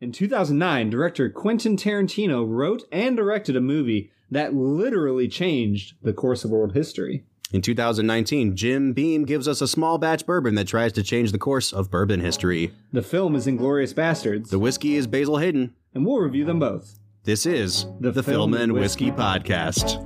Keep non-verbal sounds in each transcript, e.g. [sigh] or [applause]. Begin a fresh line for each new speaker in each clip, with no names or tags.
In 2009, director Quentin Tarantino wrote and directed a movie that literally changed the course of world history.
In 2019, Jim Beam gives us a small batch bourbon that tries to change the course of bourbon history.
The film is Inglorious Bastards,
The whiskey is Basil Hayden.
and we'll review them both.
This is
The
the,
Film
Film and
and
Whiskey
Whiskey
Podcast.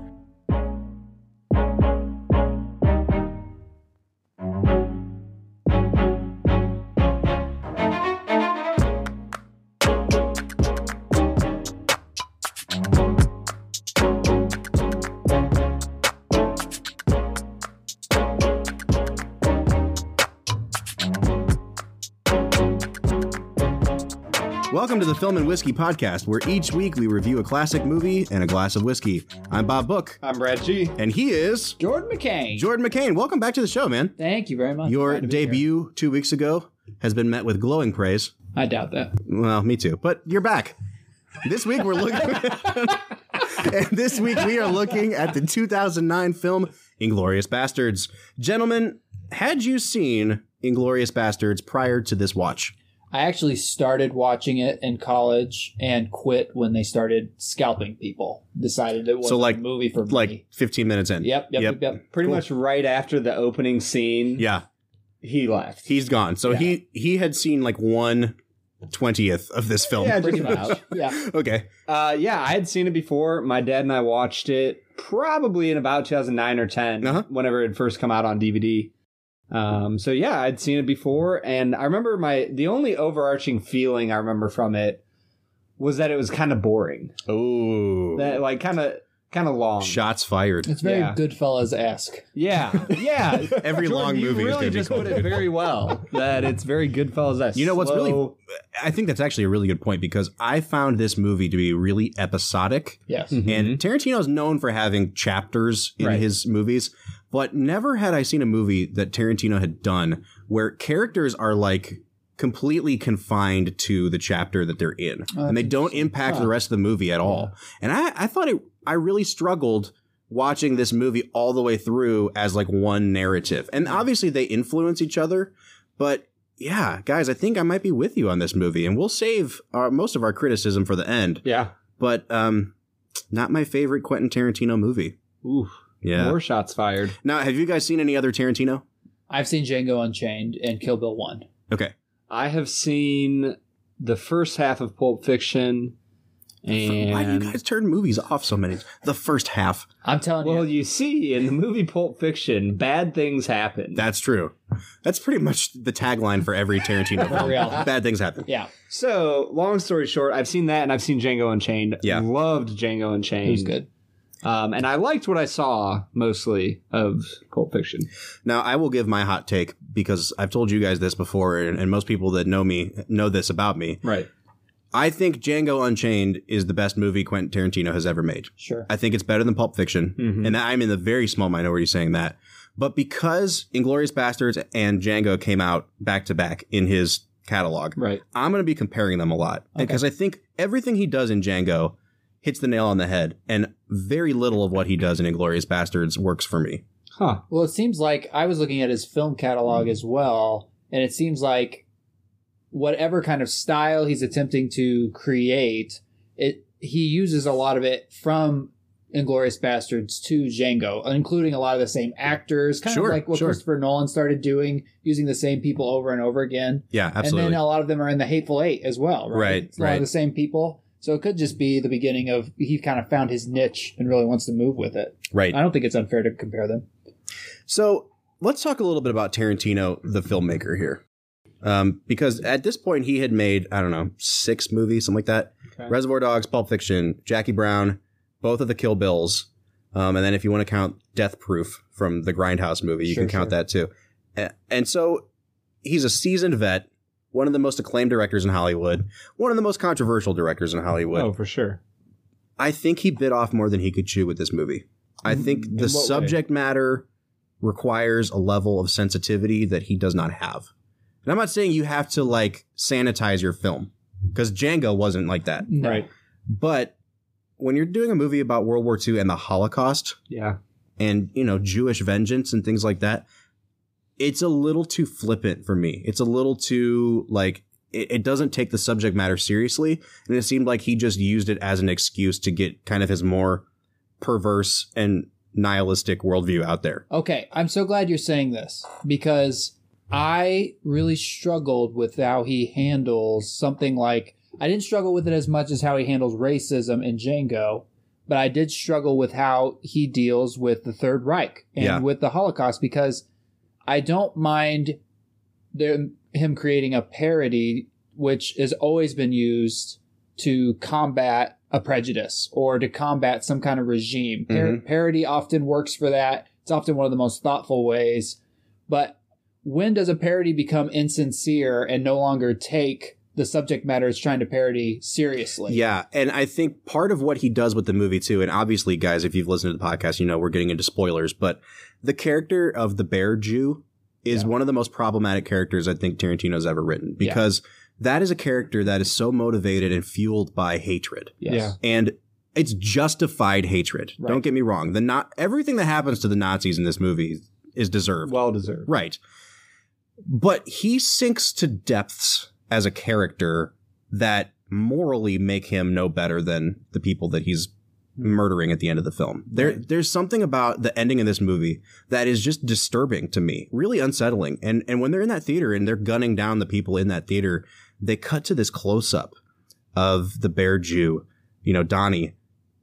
Welcome to the Film and Whiskey Podcast, where each week we review a classic movie and a glass of whiskey. I'm Bob Book,
I'm Brad G.
and he is
Jordan McCain.
Jordan McCain. Welcome back to the show, man.
Thank you very much.
Your
Glad to be here.
debut two weeks ago has been met with glowing praise.
I doubt that.
Well, me too. But you're back. This week we're looking. [laughs] and this week we are looking at the 2009 film *Inglorious Bastards*. Gentlemen, had you seen *Inglorious Bastards* prior to this watch?
I actually started watching it in college and quit when they started scalping people. Decided it wasn't
So, like-
a movie for me.
Like 15 minutes in.
Yep, yep, yep, yep.
Pretty
Cool.
much right after the opening scene,
Yeah,
he left.
he's gone. So he he had seen like one twentieth of this film.
Yeah,
Pretty much.
[laughs]
Yeah.
Okay.
Uh, yeah, I had seen it before. My dad and I watched it probably in about 2009 or 10,
Uh-huh.
whenever it had first come out on DVD. Um, so yeah, I'd seen it before, and I remember my the only overarching feeling I remember from it was that it was kind of boring,
Oh.
that like kind of kind of long.
Shots fired.
It's very
Yeah.
Goodfellas esque.
[laughs]
Yeah, yeah.
Every
Jordan,
long
you
movie is
really
gonna be
just
called
put it very well. That it's very good, fellas. That
You know what's really-
slow-
I think that's actually a really good point because I found this movie to be really episodic.
Yes.
And Tarantino's known for having chapters in
Right.
his movies, but never had I seen a movie that Tarantino had done where characters are like completely confined to the chapter that they're in.
Oh,
and they
that's
don't impact
Huh.
the rest of the movie at all. And I, I thought it I really struggled watching this movie all the way through as like one narrative. And obviously they influence each other, but yeah, guys, I think I might be with you on this movie, and we'll save our, most of our criticism for the end
yeah.
but um not my favorite Quentin Tarantino movie.
Ooh,
Yeah.
more shots fired.
Now, have you guys seen any other Tarantino?
I've seen Django Unchained and Kill Bill 1.
Okay.
I have seen the first half of Pulp Fiction, and
Why do you guys turn movies off so many? The first half.
I'm telling
well,
you.
you see in the movie Pulp Fiction, bad things happen.
That's true. That's pretty much the tagline for every Tarantino
[laughs] For
film.
real.
Bad things happen.
Yeah.
so, long story short, I've seen that, and I've seen Django Unchained.
Yeah.
loved Django Unchained.
It was good.
Um, and I liked what I saw mostly of Pulp Fiction.
Now, I will give my hot take because I've told you guys this before, and, and most people that know me know this about me.
Right.
I think Django Unchained is the best movie Quentin Tarantino has ever made.
Sure.
I think it's better than Pulp Fiction,
Mm-hmm.
Mhm.
and I'm in the very small minority saying that. But because Inglorious Bastards and Django came out back to back in his catalog,
Right.
I'm going to be comparing them a lot
Okay.
because I think everything he does in Django hits the nail on the head, and very little of what he does in Inglorious Bastards works for me.
Huh.
Well, it seems like I was looking at his film
Hmm.
catalog as well, and it seems like whatever kind of style he's attempting to create, it he uses a lot of it from Inglorious Bastards to Django, including a lot of the same actors, kind
Sure,
of like what
sure.
Christopher Nolan started doing, using the same people over and over again.
Yeah, absolutely.
And then uh, a lot of them are in the Hateful Eight as well, right?
Right,
It's a lot
right.
of the same people. So it could just be the beginning of he kind of found his niche and really wants to move with it.
right.
I don't think it's unfair to compare them.
So let's talk a little bit about Tarantino, the filmmaker here. Um, because at this point, he had made, I don't know, six movies, something like that
Okay.
Reservoir Dogs, Pulp Fiction, Jackie Brown, both of the Kill Bills. Um, and then if you want to count Death Proof from the Grindhouse movie, you
Sure,
can count
sure.
that too. A- And so he's a seasoned vet one of the most acclaimed directors in Hollywood, one of the most controversial directors in Hollywood.
Oh, for sure.
I think he bit off more than he could chew with this movie. I think
In
the
what way?
subject matter requires a level of sensitivity that he does not have. And I'm not saying you have to like sanitize your film because Django wasn't like that.
No.
Right.
But when you're doing a movie about World War II and the Holocaust
Yeah.
and, you know, Jewish vengeance and things like that, it's a little too flippant for me. It's a little too like it, it doesn't take the subject matter seriously. And it seemed like he just used it as an excuse to get kind of his more perverse and nihilistic worldview out there.
Okay, I'm so glad you're saying this because I really struggled with how he handles something like I didn't struggle with it as much as how he handles racism in Django, but I did struggle with how he deals with the Third Reich and
Yeah.
with the Holocaust because I don't mind them, him creating a parody which has always been used to combat a prejudice or to combat some kind of regime. Par- Parody often works for that. It's often one of the most thoughtful ways. But when does a parody become insincere and no longer take the subject matter it's trying to parody seriously?
Yeah, and I think part of what he does with the movie too, and obviously, guys, if you've listened to the podcast, you know we're getting into spoilers, but the character of the bear Jew is one of the most problematic characters I think Tarantino's ever written
Yeah.
because that is a character that is so motivated and fueled by hatred,
Yeah.
and it's justified hatred.
Right.
Don't get me wrong; the not everything that happens to the Nazis in this movie is deserved.
Well deserved.
Right. But he sinks to depths as a character that morally make him no better than the people that he's murdering at the end of the film. There there's something about the ending of this movie that is just disturbing to me, really unsettling. And and when they're in that theater and they're gunning down the people in that theater, they cut to this close up of the bear Jew, you know, Donnie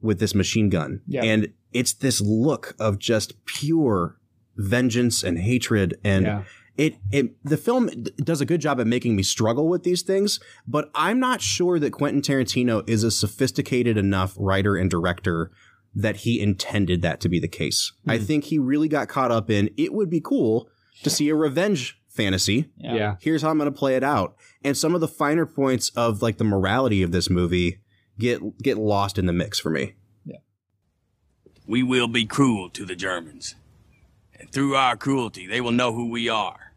with this machine gun.
Yeah.
And it's this look of just pure vengeance and hatred and
Yeah.
it it the film d- does a good job at making me struggle with these things, but I'm not sure that Quentin Tarantino is a sophisticated enough writer and director that he intended that to be the case. I
Hmm.
think he really got caught up in it would be cool to see a revenge fantasy.
Yeah.
Here's how I'm going to play it out. And some of the finer points of like the morality of this movie get get lost in the mix for me.
We will be cruel to the Germans. And through our cruelty, they will know who we are.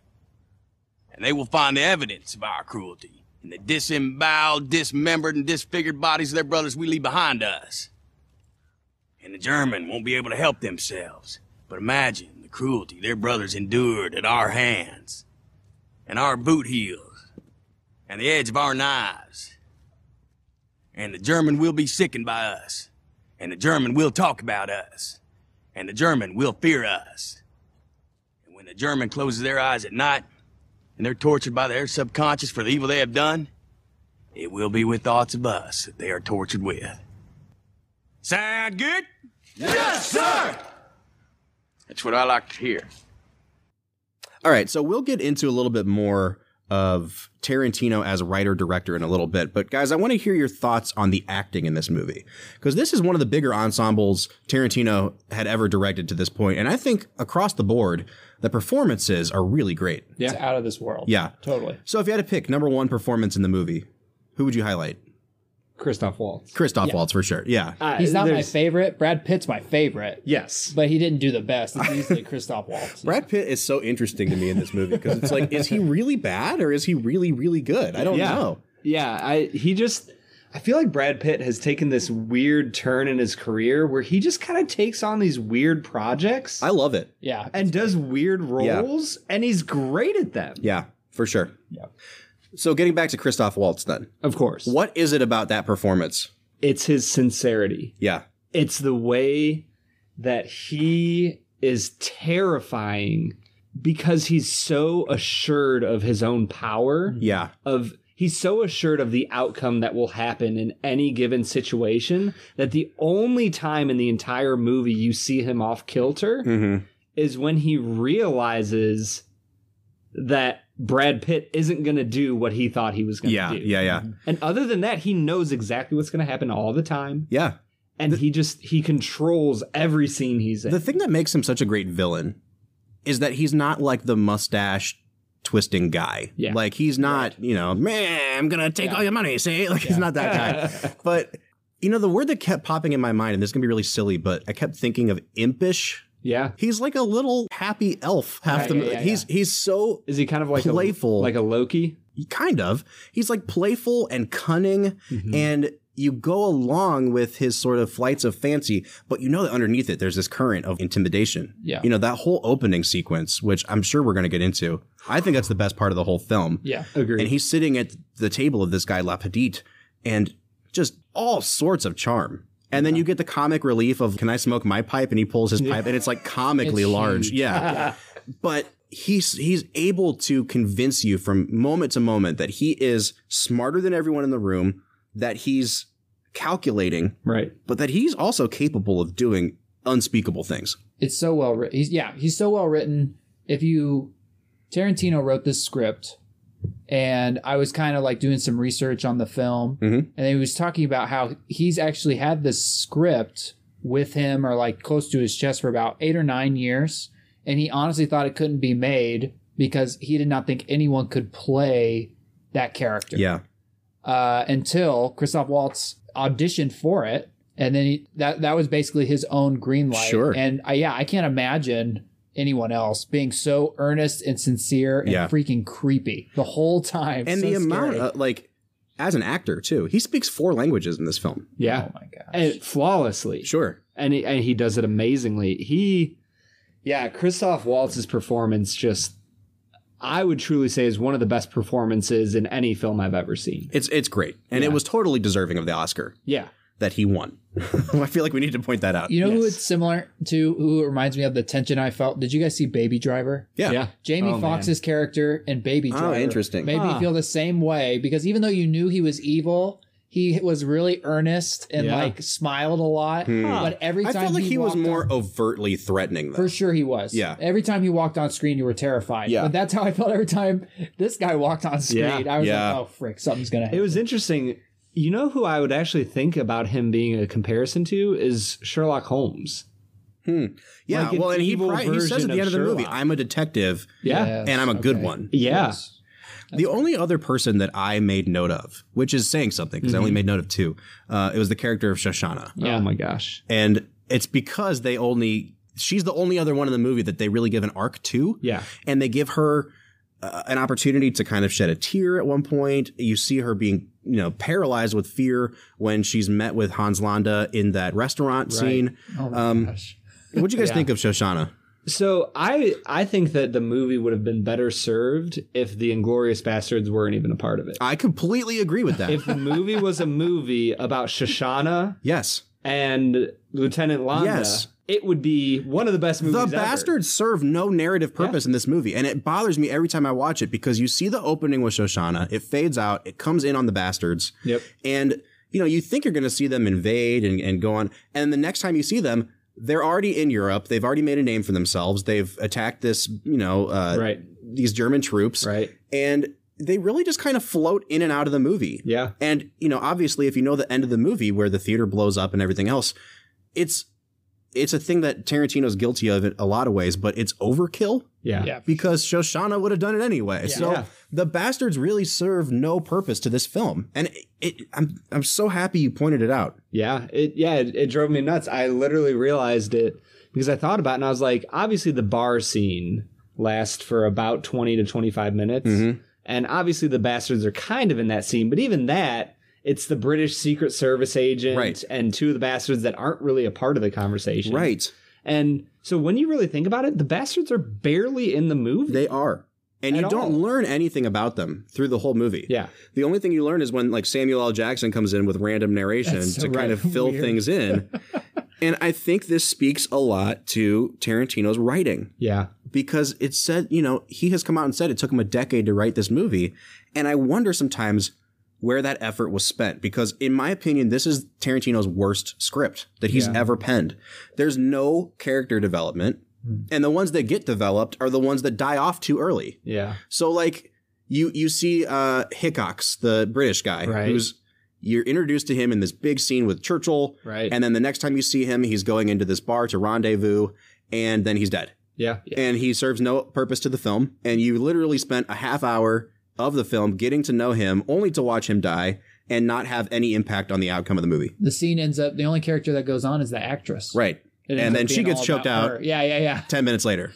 And they will find the evidence of our cruelty in the disemboweled, dismembered, and disfigured bodies of their brothers we leave behind us. And the German won't be able to help themselves. But imagine the cruelty their brothers endured at our hands, and our boot heels, and the edge of our knives. And the German will be sickened by us and the German will talk about us, and the German will fear us. And when the German closes their eyes at night, and they're tortured by their subconscious for the evil they have done, it will be with thoughts of us that they are tortured with. Sound good? Yes, sir! That's what I like to hear.
All right, so we'll get into a little bit more of Tarantino as writer director in a little bit, but guys, I want to hear your thoughts on the acting in this movie because this is one of the bigger ensembles Tarantino had ever directed to this point, and I think across the board, the performances are really great.
It's out of this world.
Yeah.
Totally.
So if you had to pick number one performance in the movie, who would you highlight?
Christoph Waltz.
Christoph Waltz for sure. Yeah.
Uh,
He's not my
there's-
favorite. Brad Pitt's my favorite,
Yes.
but he didn't do the best. It's easily [laughs] Christoph Waltz.
Brad Pitt is so interesting to me in this movie because it's like, is he really bad or is he really, really good? I don't
yeah.
know.
Yeah, I he just I feel like Brad Pitt has taken this weird turn in his career where he just kind of takes on these weird projects
I love it.
Yeah.
and does weird roles and he's great at them.
Yeah, for sure.
Yeah.
So getting back to Christoph Waltz then.
Of course.
What is it about that performance?
It's his sincerity.
Yeah.
It's the way that he is terrifying because he's so assured of his own power.
Yeah.
of he's so assured of the outcome that will happen in any given situation that the only time in the entire movie you see him off kilter
Mm-hmm.
is when he realizes that Brad Pitt isn't going to do what he thought he was going to
Yeah.
do.
Yeah. Yeah.
Mm-hmm.
And other than that, he knows exactly what's going to happen all the time
Yeah.
and he just he controls every scene he's in.
The thing that makes him such a great villain is that he's not like the mustache twisting guy.
Yeah.
Like he's not, you know, man, I'm gonna take
Yeah.
all your money, see? [laughs] Like he's
Yeah.
not that guy.
[laughs]
But you know, the word that kept popping in my mind, and this is gonna be really silly, but I kept thinking of impish.
yeah.
He's like a little happy elf half
Right,
the
yeah, yeah,
he's he's so
Is he kind of like
Playful.
a, like a Loki?
kind of he's like playful and cunning and you go along with his sort of flights of fancy, but you know that underneath it there's this current of intimidation.
Yeah.
You know, that whole opening sequence, which I'm sure we're gonna get into. I think that's the best part of the whole film.
Yeah.
Agreed.
And he's sitting at the table of this guy, La Petite, and just all sorts of charm. And then you get the comic relief of, can I smoke my pipe? And he pulls his pipe, and it's like comically
It's
large.
huge.
Yeah. but he's he's able to convince you from moment to moment that he is smarter than everyone in the room, that he's calculating,
right.
but that he's also capable of doing unspeakable things.
it's so well written. He's yeah, he's so well written. If you Tarantino wrote this script, and I was kind of like doing some research on the film,
Mhm.
and he was talking about how he's actually had this script with him or like close to his chest for about eight or nine years, and he honestly thought it couldn't be made because he did not think anyone could play that character
Yeah.
uh, until Christoph Waltz auditioned for it, and then he, that that was basically his own green light.
Sure.
And I, yeah, I can't imagine anyone else being so earnest and sincere and
Yeah.
freaking creepy the whole time.
And
So
the amount
scary.
of like as an actor too, he speaks four languages in this film.
Yeah.
oh my god.
And flawlessly.
Sure.
and he, and he does it amazingly. He, yeah, Christoph Waltz's performance just, I would truly say, is one of the best performances in any film I've ever seen.
It's it's great, and it was totally deserving of the Oscar
Yeah,
that he won. [laughs] I feel like we need to point that out.
You know who
Yes.
it's similar to? Who it reminds me of the tension I felt? Did you guys see Baby Driver?
yeah.
yeah,
Jamie
Oh, man.
Foxx's character and Baby
Oh,
Driver
interesting.
made
Huh.
me feel the same way because even though you knew he was evil, he was really earnest and
Yeah.
like smiled a lot.
Hmm.
But every
I
time
felt like he, was
walked
more
on-
overtly threatening though.
for sure he was.
Yeah.
Every time he walked on screen, you were terrified.
Yeah.
But that's how I felt every time this guy walked on screen. I was
Yeah.
like, oh frick, something's gonna happen.
it was interesting. You know who I would actually think about him being a comparison to is Sherlock Holmes.
yeah,
like an
well, and he,
evil
pri- he says at
version
the end of the
of
movie,
Sherlock.
"I'm a detective
Yeah,
Yes,
and I'm a good
okay.
one."
yeah,
Yes.
the only other person that I made note of, which is saying something, because I
Mm-hmm.
only made note of two, uh, it was the character of Shoshana,
Oh my gosh.
and it's because they only she's the only other one in the movie that they really give an arc to.
Yeah,
and they give her uh, an opportunity to kind of shed a tear at one point. You see her being, you know, paralyzed with fear when she's met with Hans Landa in that restaurant scene.
Oh my
Um,
gosh.
What do you guys think of Shoshana?
So I I think that the movie would have been better served if the Inglorious Bastards weren't even a part of it.
I completely agree with that.
If the movie was a movie about Shoshana
yes.
and Lieutenant Landa,
Yes.
it would be one of the best movies.
The
ever.
bastards serve no narrative purpose in this movie, and it bothers me every time I watch it because you see the opening with Shoshana, it fades out, it comes in on the bastards,
Yep.
and you know you think you're going to see them invade and, and go on and the next time you see them they're already in europe they've already made a name for themselves they've attacked this you know uh,
Right.
these german troops
Right.
and they really just kind of float in and out of the movie
Yeah.
and you know obviously if you know the end of the movie where the theater blows up and everything else it's it's a thing that tarantino's guilty of in a lot of ways but it's overkill
Yeah.
Yeah.
because Shoshana would have done it anyway. So
Yeah.
the bastards really serve no purpose to this film, and it, it, I'm I'm so happy you pointed it out.
Yeah. It yeah, it, it drove me nuts. I literally realized it because I thought about it and I was like, obviously the bar scene lasts for about 20 to 25 minutes.
Mm-hmm.
And obviously the bastards are kind of in that scene, but even that it's the British Secret Service agent
Right.
and two of the bastards that aren't really a part of the conversation. And so when you really think about it, the bastards are barely in the movie.
they are, and
At
you don't
all.
learn anything about them through the whole movie.
yeah.
The only thing you learn is when like Samuel L. Jackson comes in with random narration
That's so
to kind
right.
[laughs]
of fill
Weird.
things in. and I think this speaks a lot to Tarantino's writing.
Yeah.
because it said, you know, he has come out and said it took him a decade to write this movie. And I wonder sometimes where that effort was spent because, in my opinion, this is Tarantino's worst script that he's ever penned. There's no character development. And the ones that get developed are the ones that die off too early.
Yeah.
So, like, you you see uh, Hickox, the British guy,
Right.
who's you're introduced to him in this big scene with Churchill.
Right.
And then the next time you see him, he's going into this bar to rendezvous, and then he's dead.
Yeah. yeah.
and he serves no purpose to the film. And you literally spent a half hour of the film getting to know him, only to watch him die and not have any impact on the outcome of the movie.
The scene ends up. The only character that goes on is the actress.
Right.
It ends
And
up
then she
being
gets
all
choked
about
out.
her. Yeah, yeah, yeah.
Ten minutes later.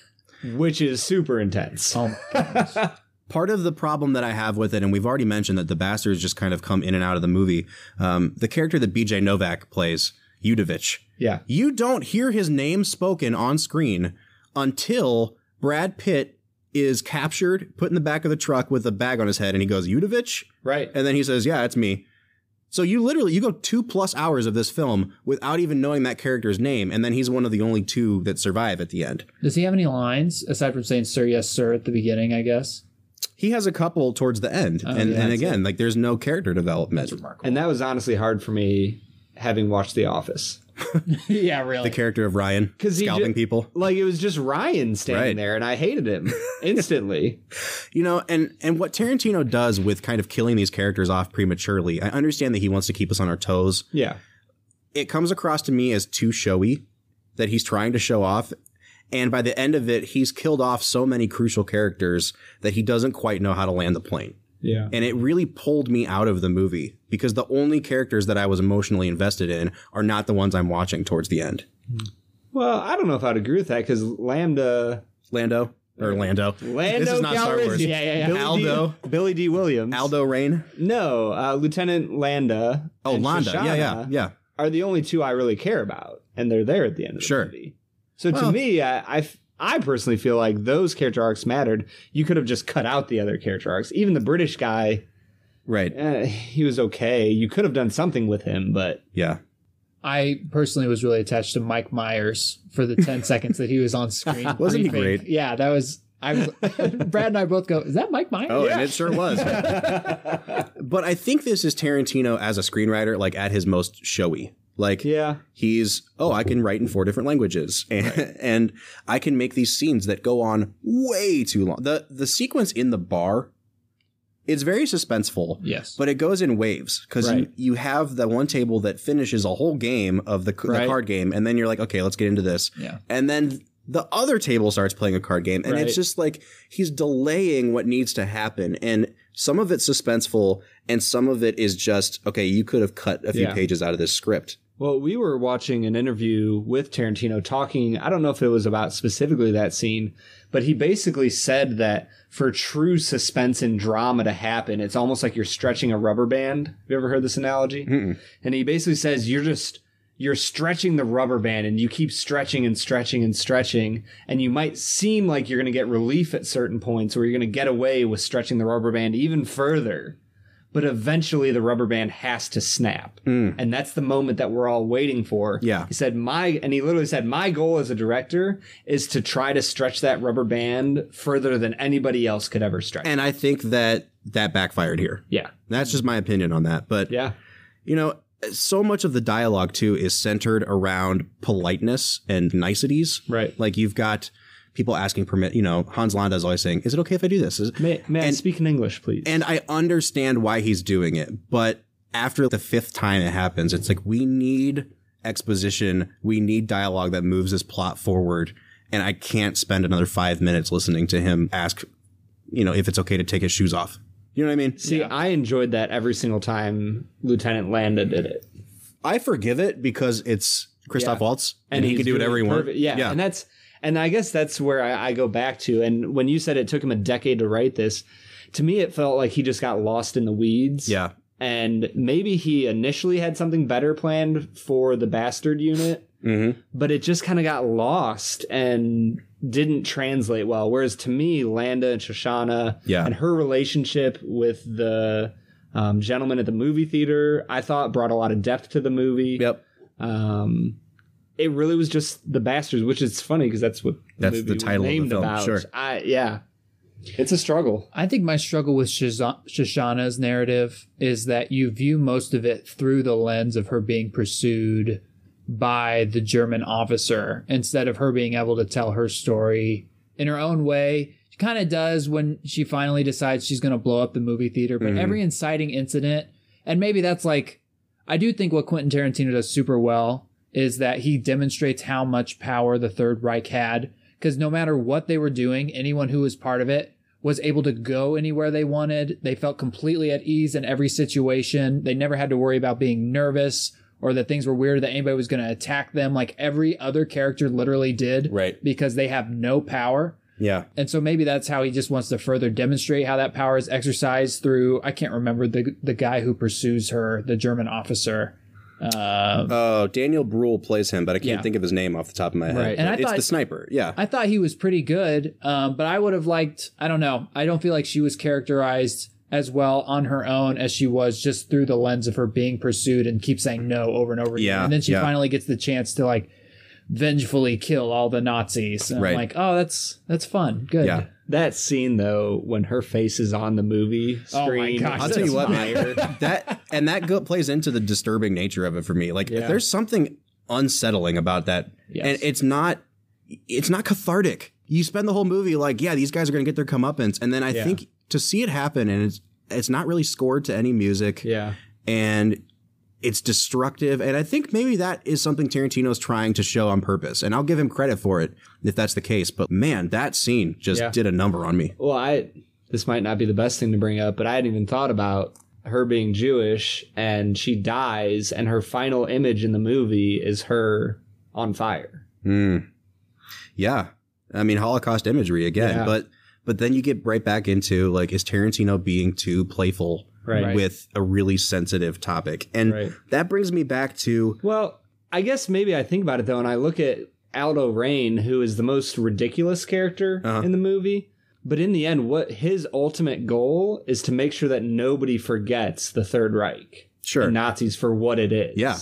Which is super intense.
Um,
Oh, my gosh.
Part of the problem that I have with it, and we've already mentioned that the bastards just kind of come in and out of the movie. Um, the character that BJ Novak plays, Yudovich,
Yeah.
you don't hear his name spoken on screen until Brad Pitt is captured, put in the back of the truck with a bag on his head, and he goes, Yudovich?
Right.
And then he says, "Yeah, it's me." So you literally you go two plus hours of this film without even knowing that character's name, and then he's one of the only two that survive at the end.
Does he have any lines aside from saying "sir, yes, sir" at the beginning? I guess.
He has a couple towards the end,
Oh,
and,
yeah,
and
that's
again, like there's no character development.
remarkable.
And that was honestly hard for me having watched The Office.
yeah,
The
really.
character of Ryan
'Cause he
scalping
ju-
people,
Like it was just Ryan standing
Right.
there and I hated
[laughs]
him instantly.
you know, and and what Tarantino does with kind of killing these characters off prematurely. I understand that he wants to keep us on our toes,
yeah.
it comes across to me as too showy that he's trying to show off and by the end of it he's killed off so many crucial characters that he doesn't quite know how to land the plane
Yeah.
and it really pulled me out of the movie because the only characters that i was emotionally invested in are not the ones i'm watching towards the end
Well, I don't know if I'd agree with that because Lambda
lando or lando
Lando
this is not star wars
Calrissian.
Yeah, yeah, yeah.
Billy
Aldo.
D, Billy D. Williams.
aldo rain
No, uh, Lieutenant Landa.
oh
and
landa yeah yeah
Shoshana
yeah
Are the only two I really care about, and they're there at the end of the
Sure.
movie. So
Well-
to me, I, I f- I personally feel like those character arcs mattered. You could have just cut out the other character arcs. Even the British guy,
right
eh, he was okay. You could have done something with him, but
yeah
I personally was really attached to Mike Myers for the
[laughs]
ten seconds that he was on screen.
Wasn't he
briefing.
great?
Yeah, that was.
[laughs]
I was, Brad and I both go. Is that Mike Myers?
Oh, and it sure was. [laughs] but I think this is Tarantino as a screenwriter, like at his most showy. Like,
yeah,
he's, oh, I can write in four different languages, [laughs] and, and I can make these scenes that go on way too long. the The sequence in the bar, it's very suspenseful.
Yes.
But it goes in waves because
Right.
you, you have the one table that finishes a whole game of the, c- the
Right.
card game, and then you're like, okay, let's get into this.
Yeah.
And then the other table starts playing a card game, and
Right.
it's just like he's delaying what needs to happen. And some of it's suspenseful, and some of it is just okay. You could have cut a few
Yeah.
pages out of this script.
Well, we were watching an interview with Tarantino talking. I don't know if it was about specifically that scene, but he basically said that for true suspense and drama to happen, it's almost like you're stretching a rubber band. Have you ever heard this analogy? And he basically says you're just you're stretching the rubber band and you keep stretching and stretching and stretching and you might seem like you're going to get relief at certain points or you're going to get away with stretching the rubber band even further but eventually the rubber band has to snap and that's the moment that we're all waiting for
Yeah.
he said my and he literally said my goal as a director is to try to stretch that rubber band further than anybody else could ever stretch
And I think that that backfired here.
yeah
That's just my opinion on that. But
yeah
you know, so much of the dialogue too is centered around politeness and niceties.
Right.
Like you've got people asking permit. You know, Hans Landa is always saying, "Is it okay if I do this?" Is-
may, may i
And-
speak in english please
And I understand why he's doing it, but after the fifth time it happens, it's like we need exposition, we need dialogue that moves this plot forward, and I can't spend another five minutes listening to him ask, you know, if it's okay to take his shoes off. You know what I mean?
See, I enjoyed that every single time Lieutenant Landa did it,
I forgive it because it's Christoph Waltz, and, he
he's
can do whatever
really
he wants.
perfect. Yeah,
yeah,
and that's and I guess that's where I, I go back to. And when you said it took him a decade to write this, to me it felt like he just got lost in the weeds.
yeah.
and maybe he initially had something better planned for the bastard unit,
Mm-hmm.
but it just kind of got lost and didn't translate well. Whereas to me, Landa and Shoshana,
Yeah.
and her relationship with the um, gentleman at the movie theater, I thought brought a lot of depth to the movie.
Yep.
Um, it really was just the bastards, which is funny because that's what
That's
movie
the
was
title of the
named
film,
about.
sure.
I, yeah, it's a struggle.
I think my struggle with Shaza- Shoshana's narrative is that you view most of it through the lens of her being pursued by the German officer instead of her being able to tell her story in her own way. She kind of does when she finally decides she's going to blow up the movie theater,
Mm-hmm.
but every inciting incident, and maybe that's like, I do think what Quentin Tarantino does super well is that he demonstrates how much power the Third Reich had because no matter what they were doing, anyone who was part of it was able to go anywhere they wanted. They felt completely at ease in every situation. They never had to worry about being nervous or that things were weird, that anybody was going to attack them like every other character literally did
Right.
because they have no power.
Yeah.
And so maybe that's how he just wants to further demonstrate how that power is exercised through I can't remember the the guy who pursues her, the German officer. Uh,
Oh, Daniel Bruhl plays him, but I can't
Yeah.
think of his name off the top of my head.
Right.
And I
it's
thought-
the sniper. Yeah.
I thought he was pretty good, um, but I would have liked I don't know. I don't feel like she was characterized as well on her own as she was just through the lens of her being pursued and keep saying no over and over
Yeah,
again. And then she
yeah.
finally gets the chance to like vengefully kill all the Nazis. And
Right.
I'm like, oh, that's that's fun. Good.
Yeah.
That scene though, when her face is on the movie
Oh my
screen,
gosh,
I'll
that's
tell you what,
fire.
man. [laughs] That and that go, plays into the disturbing nature of it for me. Like,
Yeah.
there's something unsettling about that,
Yes.
and it's not, it's not cathartic. You spend the whole movie like, yeah, these guys are gonna get their comeuppance, and then I
Yeah.
think to see it happen, and it's it's not really scored to any music,
Yeah.
and it's destructive. And I think maybe that is something Tarantino's trying to show on purpose, and I'll give him credit for it if that's the case. But man, that scene just
Yeah.
did a number on me.
Well, I this might not be the best thing to bring up, but I hadn't even thought about her being Jewish and she dies and her final image in the movie is her on fire.
Hmm. Yeah. I mean, Holocaust imagery again,
Yeah.
but but then you get right back into like, is Tarantino being too playful
Right.
with a really sensitive topic? And
Right.
that brings me back to
Well, I guess maybe I think about it though, and I look at Aldo Rain, who is the most ridiculous character
Uh-huh.
in the movie. But in the end, what his ultimate goal is to make sure that nobody forgets the Third Reich,
sure,
and Nazis for what it is.
Yeah.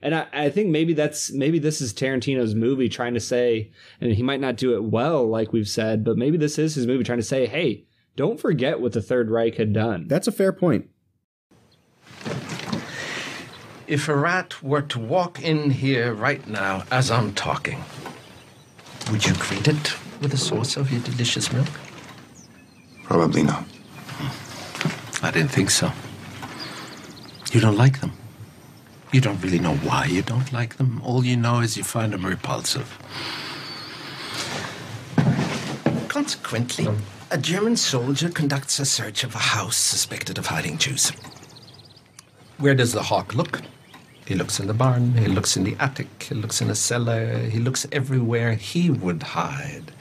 And I, I think maybe that's maybe this is Tarantino's movie trying to say, and he might not do it well, like we've said, but maybe this is his movie trying to say, hey, don't forget what the Third Reich had done.
that's a fair point.
If a rat were to walk in here right now as I'm talking, would you greet it with a source of your delicious milk?
Probably not.
I didn't think so. You don't like them. You don't really know why you don't like them. All you know is you find them repulsive. Consequently, a German soldier conducts a search of a house suspected of hiding Jews. Where does the hawk look? He looks in the barn, he looks in the attic, he looks in the cellar, he looks everywhere he would hide.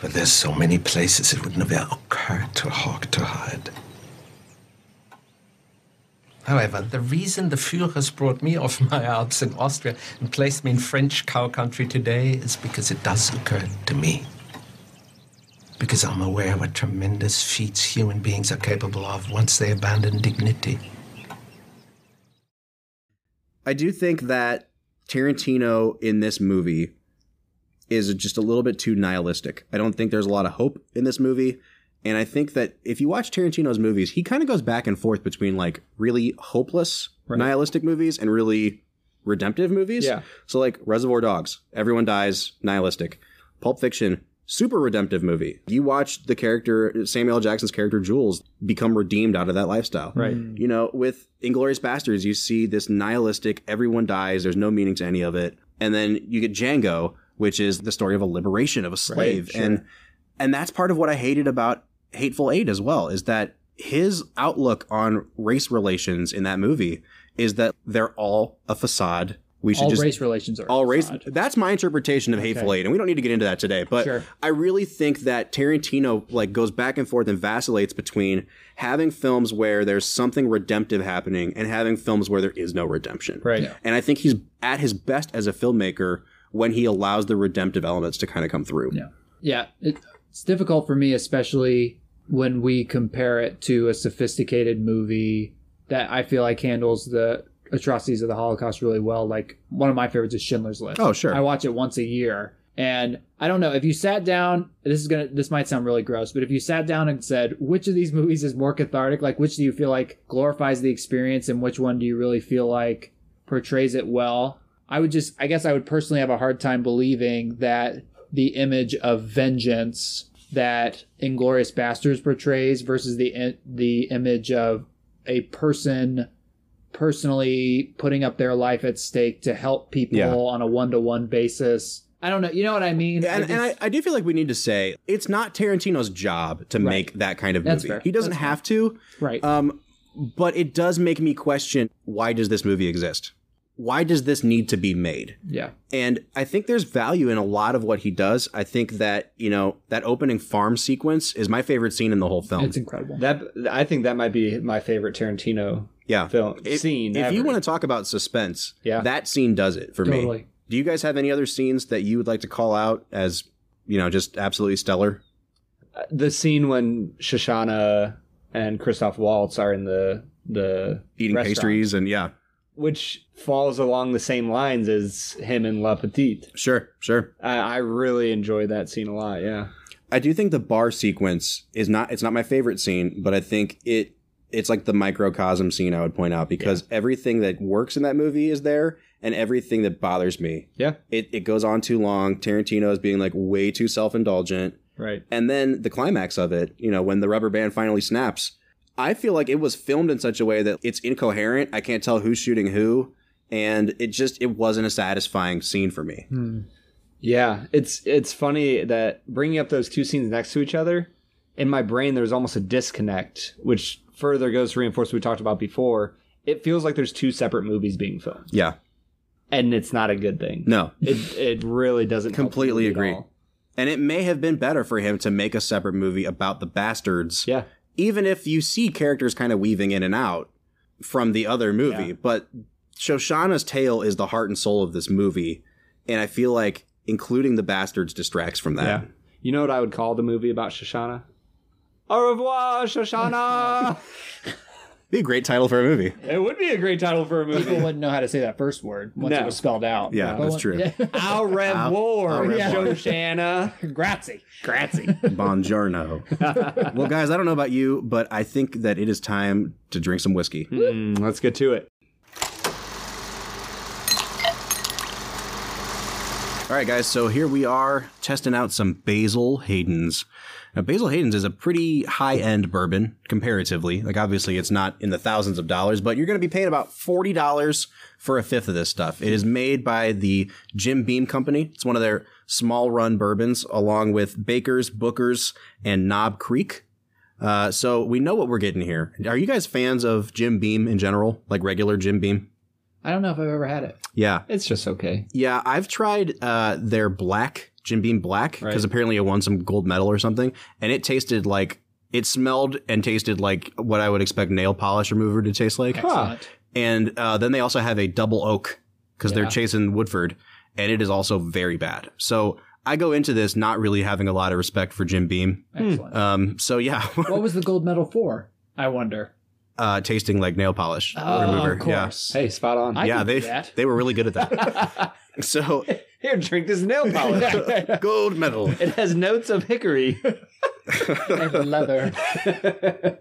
But there's so many places it would never occur to a hawk to hide. However, the reason the Führers brought me off [laughs] my Alps in Austria and placed me in French cow country today is because it does occur to me. Because I'm aware what tremendous feats human beings are capable of once they abandon dignity.
I do think that Tarantino in this movie is just a little bit too nihilistic. I don't think there's a lot of hope in this movie. And I think that if you watch Tarantino's movies, he kind of goes back and forth between like really hopeless, nihilistic movies and really redemptive movies.
Yeah.
So, like Reservoir Dogs, everyone dies, nihilistic. Pulp Fiction, super redemptive movie. You watch the character, Samuel L. Jackson's character Jules, become redeemed out of that lifestyle.
Right.
Hmm.
You know, with Inglorious Bastards, you see this nihilistic, everyone dies, there's no meaning to any of it. And then you get Django, which is the story of a liberation of a slave.
sure.
And and that's part of what I hated about Hateful Eight as well, is that his outlook on race relations in that movie is that they're all a facade. We should
all
just
race relations are
all race.
odd.
That's my interpretation of Hateful Eight, and we don't need to get into that today. But
Sure.
I really think that Tarantino like goes back and forth and vacillates between having films where there's something redemptive happening and having films where there is no redemption.
Right.
And I think he's at his best as a filmmaker when he allows the redemptive elements to kind of come through.
Yeah. Yeah, it, it's difficult for me, especially when we compare it to a sophisticated movie that I feel like handles the atrocities of the Holocaust really well. Like one of my favorites is Schindler's List.
Oh, sure.
I watch it once a year, and I don't know if you sat down. This is gonna. This might sound really gross, but if you sat down and said which of these movies is more cathartic, like which do you feel like glorifies the experience, and which one do you really feel like portrays it well. I would just, I guess I would personally have a hard time believing that the image of vengeance that Inglorious Bastards portrays versus the the image of a person personally putting up their life at stake to help people
Yeah.
on a one to one basis. I don't know. You know what I mean?
And, and I,
just-
I do feel like we need to say it's not Tarantino's job to make that kind of
That's
movie.
fair.
He doesn't
That's fair.
have to,
right.
um, but it does make me question why does this movie exist? Why does this need to be made?
yeah.
And I think there's value in a lot of what he does. I think that you know that opening farm sequence is my favorite scene in the whole film.
It's incredible.
That I think that might be my favorite Tarantino
yeah,
film
If-
scene.
If you want to talk about suspense,
Yeah.
that scene does it for me.
Totally.
Do you guys have any other scenes that you would like to call out as you know just absolutely stellar?
to the scene when Shoshana and Christoph Waltz are in the the
Eating
restaurant,
pastries and yeah,
which falls along the same lines as him and La Petite.
sure, sure.
I, I really enjoy that scene a lot. Yeah,
I do think the bar sequence is not it's not my favorite scene, but I think it it's like the microcosm scene I would point out because everything that works in that movie is there and everything that bothers me.
Yeah.
It it goes on too long. Tarantino is being like way too self-indulgent.
right.
And then the climax of it, you know, when the rubber band finally snaps, I feel like it was filmed in such a way that it's incoherent. I can't tell who's shooting who, and it just it wasn't a satisfying scene for me.
Yeah, it's it's funny that bringing up those two scenes next to each other in my brain there's almost a disconnect, which further goes to reinforce what we talked about before. It feels like there's two separate movies being filmed,
Yeah.
and it's not a good thing.
No.
it it really doesn't help the
Completely
movie at
agree.
all.
And it may have been better for him to make a separate movie about the bastards,
Yeah,
even if you see characters kind of weaving in and out from the other movie.
Yeah.
But Shoshana's tale is the heart and soul of this movie, and I feel like including the bastards distracts from that.
yeah. You know what I would call the movie about Shoshana? Au revoir, Shoshana.
Be a great title for a movie.
[laughs] it would be a great title for a
People
movie.
wouldn't know how to say that first word once
No.
it was spelled out.
Yeah,
But
that's true.
when-
[laughs]
[laughs]
Au revoir,
revoir.
Shoshana.
Grazie.
Bonjourno. well, guys, I don't know about you, but I think that it is time to drink some whiskey.
Mm, let's get to it.
All right, guys. So here we are testing out some Basil Hayden's. Now, Basil Hayden's is a pretty high end bourbon comparatively. Like, obviously, it's not in the thousands of dollars, but you're going to be paying about $40 for a fifth of this stuff. It is made by the Jim Beam Company. It's one of their small run bourbons, along with Baker's, Booker's, and Knob Creek. Uh, so we know what we're getting here. Are you guys fans of Jim Beam in general? Like regular Jim Beam?
I don't know if I've ever had it.
Yeah.
It's just okay.
Yeah, I've tried uh, their black Jim Beam Black because
Right.
apparently it won some gold medal or something, and it tasted like it smelled and tasted like what I would expect nail polish remover to taste like.
Excellent.
And uh, then they also have a double oak because they're chasing Woodford, and it is also very bad. So I go into this not really having a lot of respect for Jim Beam.
Excellent.
Um, so yeah, [laughs]
what was the gold medal for? I wonder.
uh, tasting like nail polish remover.
Oh, Hey, spot on.
I
Yeah, yeah,
could
they
do that.
they were really good at
[laughs]
that. so
Here, drink this [laughs] nail polish. [laughs]
gold medal.
it has notes of hickory.
And leather.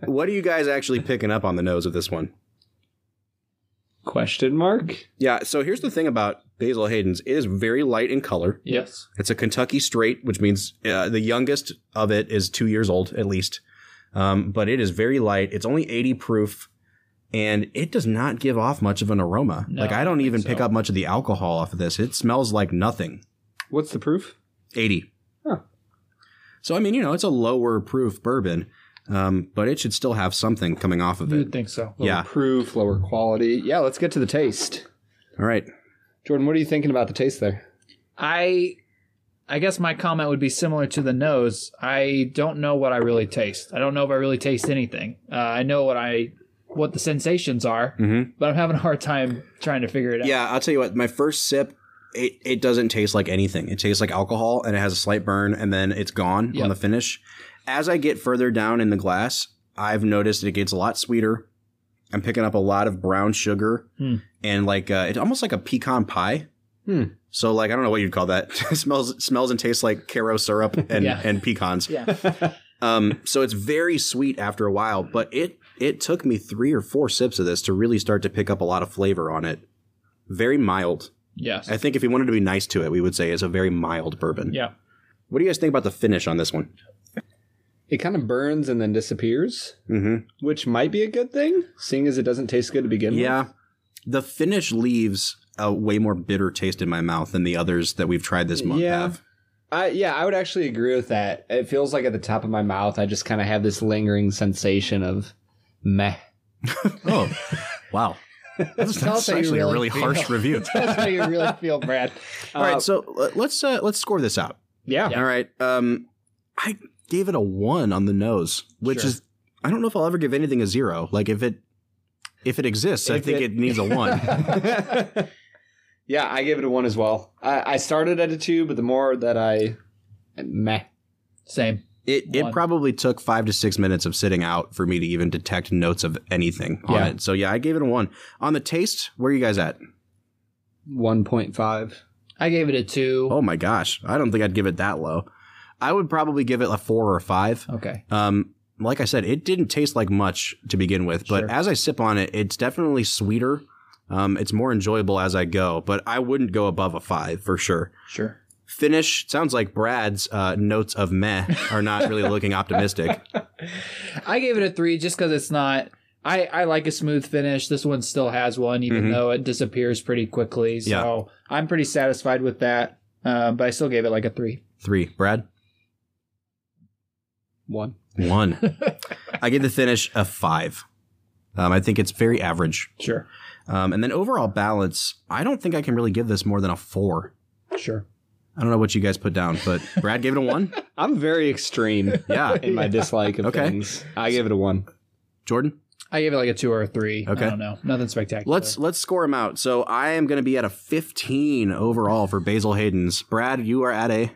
What are you guys actually picking up on the nose of this one?
Question mark?
Yeah, so here's the thing about Basil Hayden's. It is very light in color.
yes.
It's a Kentucky straight, which means uh, the youngest of it is two years old at least. Um, but it is very light. It's only 80 proof, and it does not give off much of an aroma.
No,
like, I
I
don't
think
even pick
so.
up much of the alcohol off of this. It smells like nothing.
What's the proof?
80.
Huh.
So, I mean, you know, it's a lower proof bourbon, um, but it should still have something coming off of
You would
it.
think so.
Yeah.
Proof, lower quality. Yeah, let's get to the taste.
All right.
Jordan, what are you thinking about the taste there?
I I guess my comment would be similar to the nose. I don't know what I really taste. I don't know if I really taste anything. Uh, I know what I what the sensations are,
Mm-hmm.
but I'm having a hard time trying to figure it out.
Yeah, I'll tell you what. My first sip, it, it doesn't taste like anything. It tastes like alcohol, and it has a slight burn, and then it's gone
Yeah.
on the finish. As I get further down in the glass, I've noticed it gets a lot sweeter. I'm picking up a lot of brown sugar,
Hmm.
and like uh, it's almost like a pecan pie.
Hmm.
So like I don't know what you'd call that. [laughs] It smells smells and tastes like caro syrup and
Yeah.
and pecans.
Yeah.
Um, so it's very sweet after a while, but it it took me three or four sips of this to really start to pick up a lot of flavor on it. Very mild.
Yes.
I think if we wanted to be nice to it, we would say it's a very mild bourbon.
yeah.
What do you guys think about the finish on this one?
It kind of burns and then disappears,
Mm-hmm.
which might be a good thing, seeing as it doesn't taste good to begin with.
Yeah, the finish leaves a way more bitter taste in my mouth than the others that we've tried this month
Yeah.
have.
I yeah, I would actually agree with that. It feels like at the top of my mouth, I just kind of have this lingering sensation of meh.
Oh, wow. That's,
Tell us
that's
how you
actually a really
really feel.
harsh review.
[laughs] That's how you really feel, Brad.
All right, so uh, let's uh, let's score this out.
Yeah.
All right. Um, I gave it a one on the nose, which
Sure.
is I don't know if I'll ever give anything a zero. Like if it if it exists, I
If
think
it-
it, needs a one.
[laughs] yeah, I gave it a one as well. I, I started at a two, but the more that I meh.
Same.
It
One.
it probably took five to six minutes of sitting out for me to even detect notes of anything on
Yeah.
it. So yeah, I gave it a one on the taste. Where are you guys at?
One point five.
I gave it a two.
Oh my gosh, I don't think I'd give it that low. I would probably give it a four or a five.
Okay.
Um, like I said, it didn't taste like much to begin with, but
Sure.
as I sip on it, it's definitely sweeter. Um, it's more enjoyable as I go, but I wouldn't go above a five for sure.
Sure.
Finish sounds like Brad's uh, notes of meh are not really looking optimistic.
I gave it a three just because it's not. I, I like a smooth finish. This one still has one, even
Mhm.
though it disappears pretty quickly. So I'm pretty satisfied with that. Um, but I still gave it like a three.
Three, Brad
One.
one. I give the finish a five. Um, I think it's very average.
Sure.
Um, and then overall balance, I don't think I can really give this more than a four.
Sure.
I don't know what you guys put down, but Brad gave it a one.
I'm very
[laughs]
extreme
Yeah,
in my dislike of
Okay.
things. I gave it a one.
Jordan.
I gave it like a two or a three.
Okay.
I don't know. Nothing spectacular.
Let's let's score him out. So I am going to be at a 15 overall for Basil Hayden's. Brad, you are at a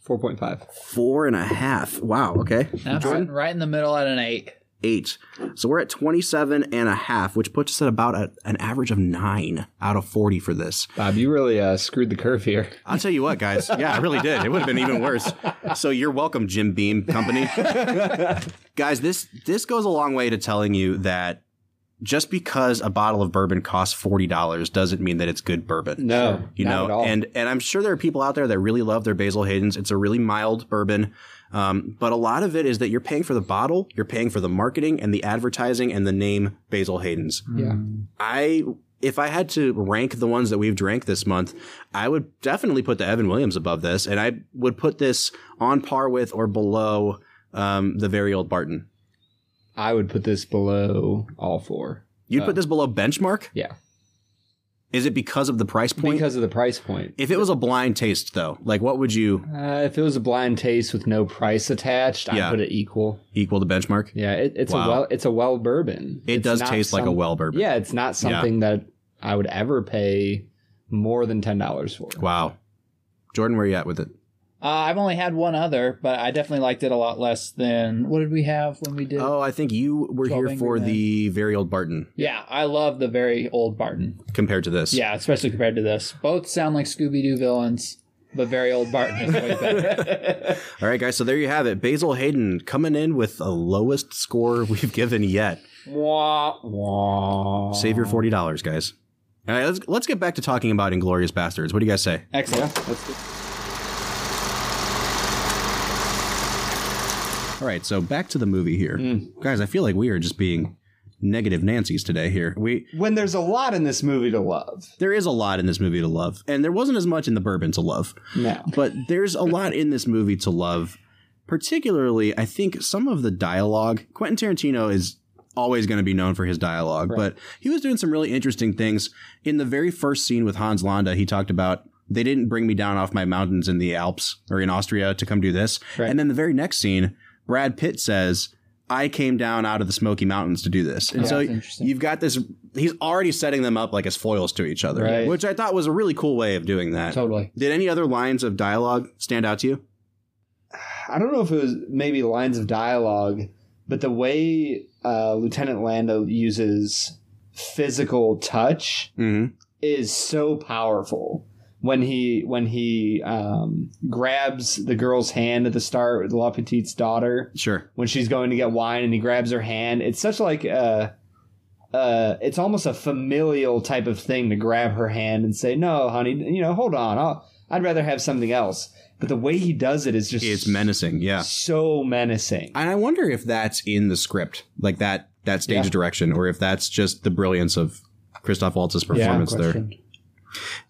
Four point five.
four and a half. Wow. Okay.
And I'm sitting right in the middle at an eight.
Eight. So we're at 27 and a half, which puts us at about a, an average of nine out of 40 for this.
Bob, you really uh, screwed the curve here.
I'll tell you what, guys. Yeah, I really did. It would have been even worse. So you're welcome, Jim
[laughs]
Beam Company. guys, this this goes a long way to telling you that just because a bottle of bourbon costs forty dollars doesn't mean that it's good bourbon.
No,
you
not
know
at all.
and and i'm sure there are people out there that really love their basil hayden's it's a really mild bourbon um, but a lot of it is that you're paying for the bottle you're paying for the marketing and the advertising and the name basil hayden's
Yeah.
i if i had to rank the ones that we've drank this month i would definitely put the evan williams above this and i would put this on par with or below um, the very old barton
I would put this below all four.
you'd put this below benchmark
Uh, Yeah.
is it because of the price point
Because of the price point.
if it was a blind taste though like what would you
Uh, if it was a blind taste with no price attached,
Yeah.
I'd put it equal.
equal to benchmark
Yeah, it, it's
Wow.
a well, it's a well bourbon.
It
It's
does
not
taste like a
some-
well bourbon.
Yeah, it's not something that I would ever pay more than ten dollars for.
Wow. Jordan, where you at with it?
Uh, I've only had one other, but I definitely liked it a lot less than what did we have when we did?
Oh, I think you were
12
here
Angry
for
Men.
the very old Barton
Yeah, I love the very old Barton.
compared to this.
Yeah, especially compared to this. Both sound like Scooby Doo villains, but very old Barton is way
[laughs]
better.
All right, guys. So there you have it. Basil Hayden coming in with the lowest score [laughs] we've given yet.
Wah, wah.
Save your forty dollars, guys. All right, let's let's get back to talking about Inglorious Bastards. What do you guys say?
Excellent.
All right, so back to the movie here, guys. I feel like we are just being negative Nancy's today. Here, we
When there's a lot in this movie to love.
there is a lot in this movie to love, and there wasn't as much in the bourbon to love.
No.
but there's a lot in this movie to love. Particularly, I think some of the dialogue. Quentin Tarantino is always going to be known for his dialogue, but he was doing some really interesting things. In the very first scene with Hans Landa, he talked about they didn't bring me down off my mountains in the Alps or in Austria to come do this.
Right.
And then the very next scene, Brad Pitt says, I came down out of the Smoky Mountains to do this. And
Yeah,
so
that's interesting.
you've got this, he's already setting them up like as foils to each other,
Right.
which I thought was a really cool way of doing that.
Totally.
Did any other lines of dialogue stand out to you?
I don't know if it was maybe lines of dialogue, but the way uh, Lieutenant Lando uses physical touch
Mm-hmm.
is so powerful when he when he um, grabs the girl's hand at the start with La Petite's daughter
Sure.
when she's going to get wine and he grabs her hand. It's such like a uh, it's almost a familial type of thing to grab her hand and say, "No, honey, you know, hold on. I'll, I'd rather have something else." But the way he does it is just
It's menacing, yeah.
so menacing.
And I wonder if that's in the script, like that that stage
Yeah.
direction, or if that's just the brilliance of Christoph Waltz's performance there.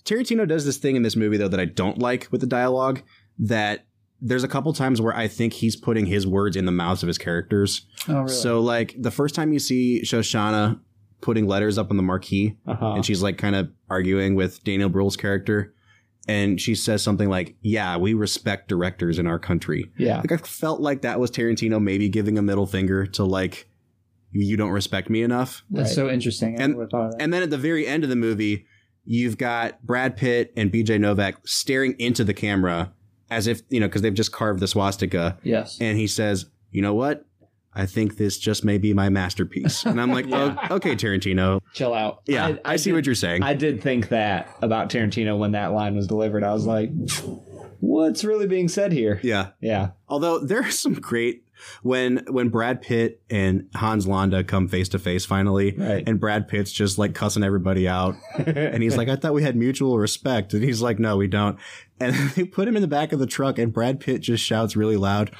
Tarantino does this thing in this movie though that I don't like with the dialogue that there's a couple times where I think he's putting his words in the mouths of his characters.
Oh, really?
So like the first time you see Shoshana putting letters up on the marquee
Uh-huh.
and she's like kind of arguing with Daniel Bruhl's character and she says something like, "Yeah, we respect directors in our country."
yeah.
Like I felt like that was Tarantino maybe giving a middle finger to like you don't respect me enough.
That's so interesting. I
And-
never thought of that.
And then at the very end of the movie, you've got Brad Pitt and BJ Novak staring into the camera as if, you know, because they've just carved the swastika.
yes.
And he says, you know what? I think this just may be my masterpiece. And I'm like, oh, okay, Tarantino.
Chill out.
Yeah, I,
I
see
did-
what you're saying.
I did think that about Tarantino when that line was delivered. I was like, what's really being said here?
yeah.
Yeah. [laughs]
Although [laughs] there are some great when when Brad Pitt and Hans Landa come face to face finally,
Right.
and Brad Pitt's just like cussing everybody out, and he's like, "I thought we had mutual respect," and he's like, "No, we don't." And [laughs] they put him in the back of the truck, and Brad Pitt just shouts really loud,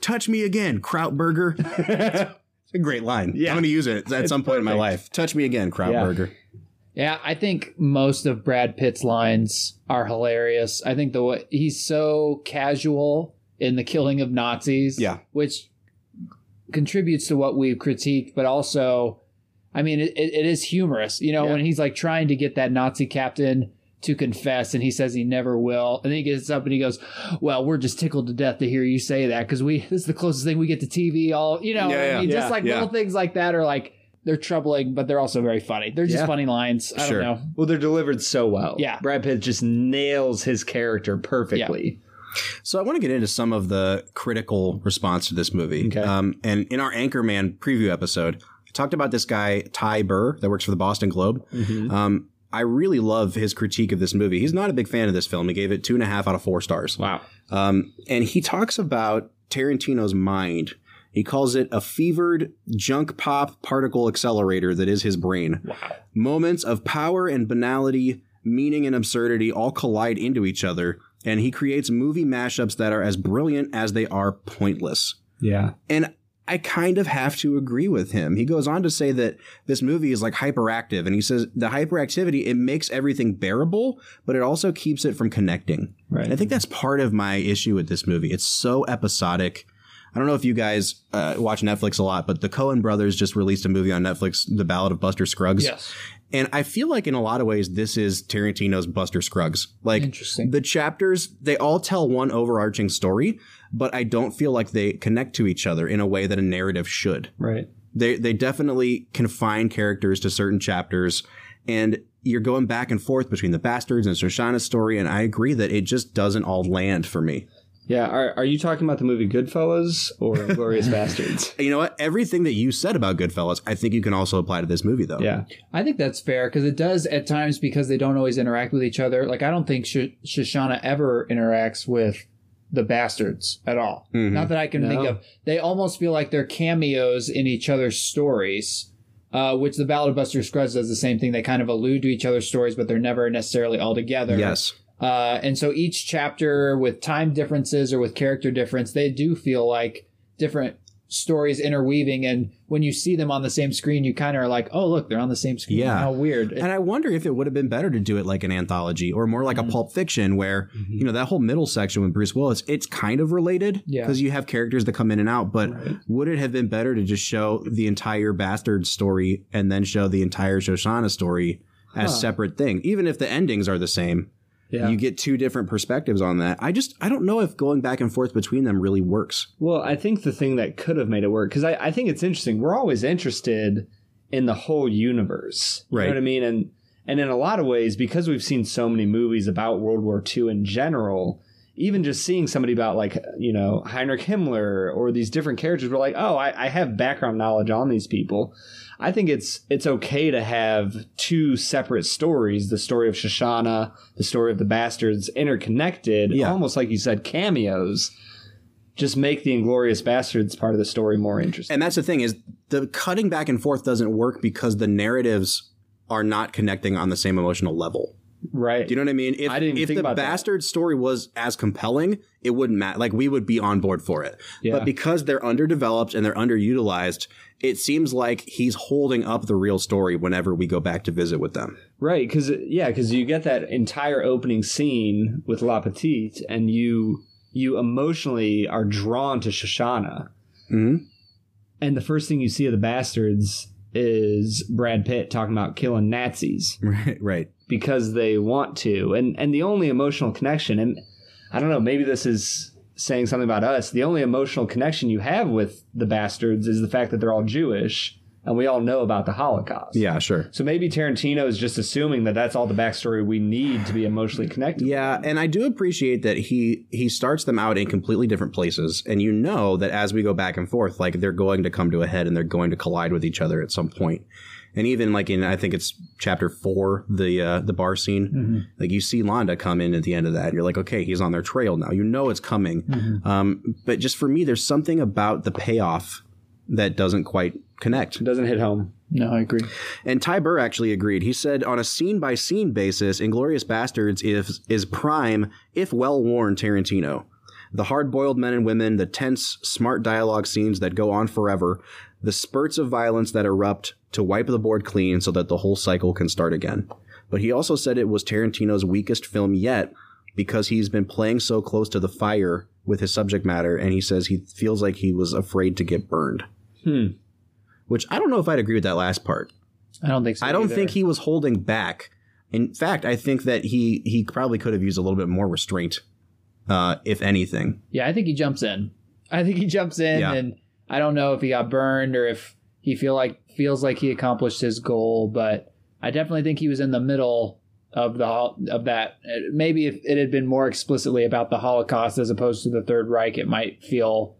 "Touch me again, Krautburger." [laughs] it's a great line.
Yeah.
I'm going to use it at some point in my
perfect.
life. Touch me again, Krautburger.
Yeah, I think most of Brad Pitt's lines are hilarious. I think the way he's so casual in the killing of Nazis,
Yeah.
which contributes to what we've critiqued, but also, I mean, it, it it is humorous. You know, when he's like trying to get that Nazi captain to confess, and he says he never will, and then he gets up and he goes, "Well, we're just tickled to death to hear you say that because we [laughs] this is the closest thing we get to TV. All you know,
Yeah,
I
yeah.
mean,
Yeah,
just like
yeah.
little things like that are like." They're troubling, but they're also very funny. They're just
Yeah.
funny lines. I
Sure.
don't know.
Well, they're delivered so well.
Yeah.
Brad Pitt just nails his character perfectly.
So I want to get into some of the critical response to this movie.
Okay.
Um, and in our Anchorman preview episode, I talked about this guy Ty Burr that works for the Boston Globe.
Mm-hmm.
Um, I really love his critique of this movie. He's not a big fan of this film. He gave it two and a half out of four stars.
Wow.
Um, and he talks about Tarantino's mind. He calls it a fevered junk pop particle accelerator that is his brain. Wow. Moments of power and banality, meaning and absurdity all collide into each other, and he creates movie mashups that are as brilliant as they are pointless.
Yeah.
And I kind of have to agree with him. He goes on to say that this movie is like hyperactive, and he says the hyperactivity it makes everything bearable, but it also keeps it from connecting.
Right.
And I think that's part of my issue with this movie. It's so episodic. I don't know if you guys uh, watch Netflix a lot, but the Cohen brothers just released a movie on Netflix, The Ballad of Buster Scruggs.
Yes.
And I feel like in a lot of ways, this is Tarantino's Buster Scruggs. Like
Interesting.
the chapters, they all tell one overarching story, but I don't feel like they connect to each other in a way that a narrative should.
Right.
They they definitely confine characters to certain chapters, and you're going back and forth between the bastards and Shoshana's story. And I agree that it just doesn't all land for me.
Yeah. Are, are you talking about the movie Goodfellas [laughs] or Glorious Bastards?
You know what? Everything that you said about Goodfellas, I think you can also apply to this movie, though.
Yeah.
I think that's fair because it does at times because they don't always interact with each other. Like I don't think Sh- Shoshana ever interacts with the bastards at all. Not that I can think
No.
of. They almost feel like they're cameos in each other's stories. Uh, which the Ballad of Buster Scruggs does the same thing. They kind of allude to each other's stories, but they're never necessarily all together.
Yes.
Uh, and so each chapter with time differences or with character difference, they do feel like different stories interweaving. And when you see them on the same screen, you kind of are like, oh, look, they're on the same screen.
Yeah.
How weird.
And I wonder if it would have been better to do it like an anthology or more like a Pulp Fiction, where you know that whole middle section with Bruce Willis, it's kind of related
Yeah.
because you have characters that come in and out. But would it have been better to just show the entire bastard story and then show the entire Shoshana story as separate thing, even if the endings are the same?
Yeah.
You get two different perspectives on that. I just I don't know if going back and forth between them really works.
Well, I think the thing that could have made it work, because I, I think it's interesting. We're always interested in the whole universe. You
Right.
know what I mean? And and in a lot of ways, because we've seen so many movies about World War II in general, even just seeing somebody about like, you know, Heinrich Himmler or these different characters, we're like, oh, I, I have background knowledge on these people. I think it's it's okay to have two separate stories, the story of Shoshana, the story of the bastards interconnected,
Yeah.
almost like you said, cameos just make the inglorious bastards part of the story more interesting
And that's the thing is the cutting back and forth doesn't work because the narratives are not connecting on the same emotional level.
Right.
Do you know what I mean? If,
I didn't even
if
think
the
about that.
bastard story was as compelling, it wouldn't matter. Like we would be on board for it.
Yeah.
But because they're underdeveloped and they're underutilized, it seems like he's holding up the real story whenever we go back to visit with them.
Right, because yeah, because you get that entire opening scene with La Petite, and you you emotionally are drawn to Shoshana,
Mhm.
and the first thing you see of the bastards is Brad Pitt talking about killing Nazis
[laughs] Right. Right.
because they want to, and and the only emotional connection, and I don't know, maybe this is saying something about us. The only emotional connection you have with the bastards is the fact that they're all Jewish, and we all know about the Holocaust.
Yeah. Sure.
So maybe Tarantino is just assuming that that's all the backstory we need to be emotionally connected.
Yeah, and I do appreciate that he he starts them out in completely different places, and you know that as we go back and forth, like they're going to come to a head and they're going to collide with each other at some point. And even like in I think it's chapter four, the uh, the bar scene, like you see Londa come in at the end of that, and you're like, okay, he's on their trail now. You know it's coming. Um, but just for me, there's something about the payoff that doesn't quite connect.
It doesn't hit home.
No, I agree.
And Ty Burr actually agreed. He said, on a scene by scene basis, Inglorious Bastards is, is prime, if well worn, Tarantino. The hard boiled men and women, the tense, smart dialogue scenes that go on forever, the spurts of violence that erupt to wipe the board clean so that the whole cycle can start again. But he also said it was Tarantino's weakest film yet because he's been playing so close to the fire with his subject matter, and he says he feels like he was afraid to get burned.
Hmm.
Which I don't know if I'd agree with that last part.
I don't think so.
I don't
either.
think he was holding back. In fact, I think that he he probably could have used a little bit more restraint, uh, if anything.
Yeah, I think he jumps in. I think he jumps in,
Yeah.
and I don't know if he got burned or if he feel like feels like he accomplished his goal, but I definitely think he was in the middle of the hol- of that. Uh, Maybe if it had been more explicitly about the Holocaust as opposed to the Third Reich, it might feel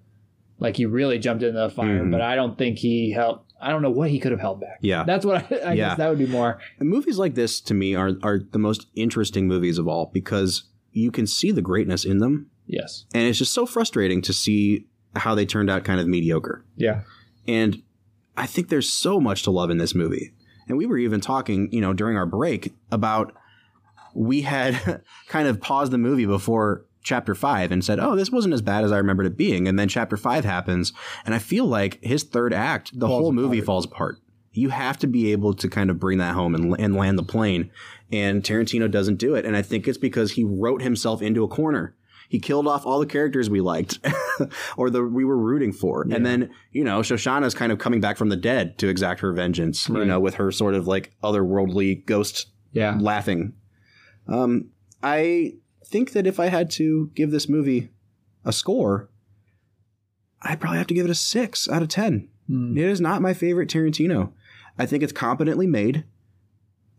like he really jumped into the fire.
Mhm.
But I don't think he helped. I don't know what he could have held back.
Yeah,
That's what I, I
Yeah.
guess that would be more.
And movies like this to me are are the most interesting movies of all because you can see the greatness in them,
Yes.
and it's just so frustrating to see how they turned out kind of mediocre.
Yeah.
And I think there's so much to love in this movie. And we were even talking, you know, during our break about we had [laughs] kind of paused the movie before chapter five and said, oh, this wasn't as bad as I remembered it being. And then chapter five happens. And I feel like his third act, the whole movie falls apart. You have to be able to kind of bring that home and, and land the plane. And Tarantino doesn't do it. And I think it's because he wrote himself into a corner. He killed off all the characters we liked [laughs] or the we were rooting for. And then, you know, Shoshana's kind of coming back from the dead to exact her vengeance, you
Right.
know, with her sort of like otherworldly ghost
Yeah.
laughing. Um, I think that if I had to give this movie a score, I'd probably have to give it a six out of ten.
Hmm.
It is not my favorite Tarantino. I think it's competently made,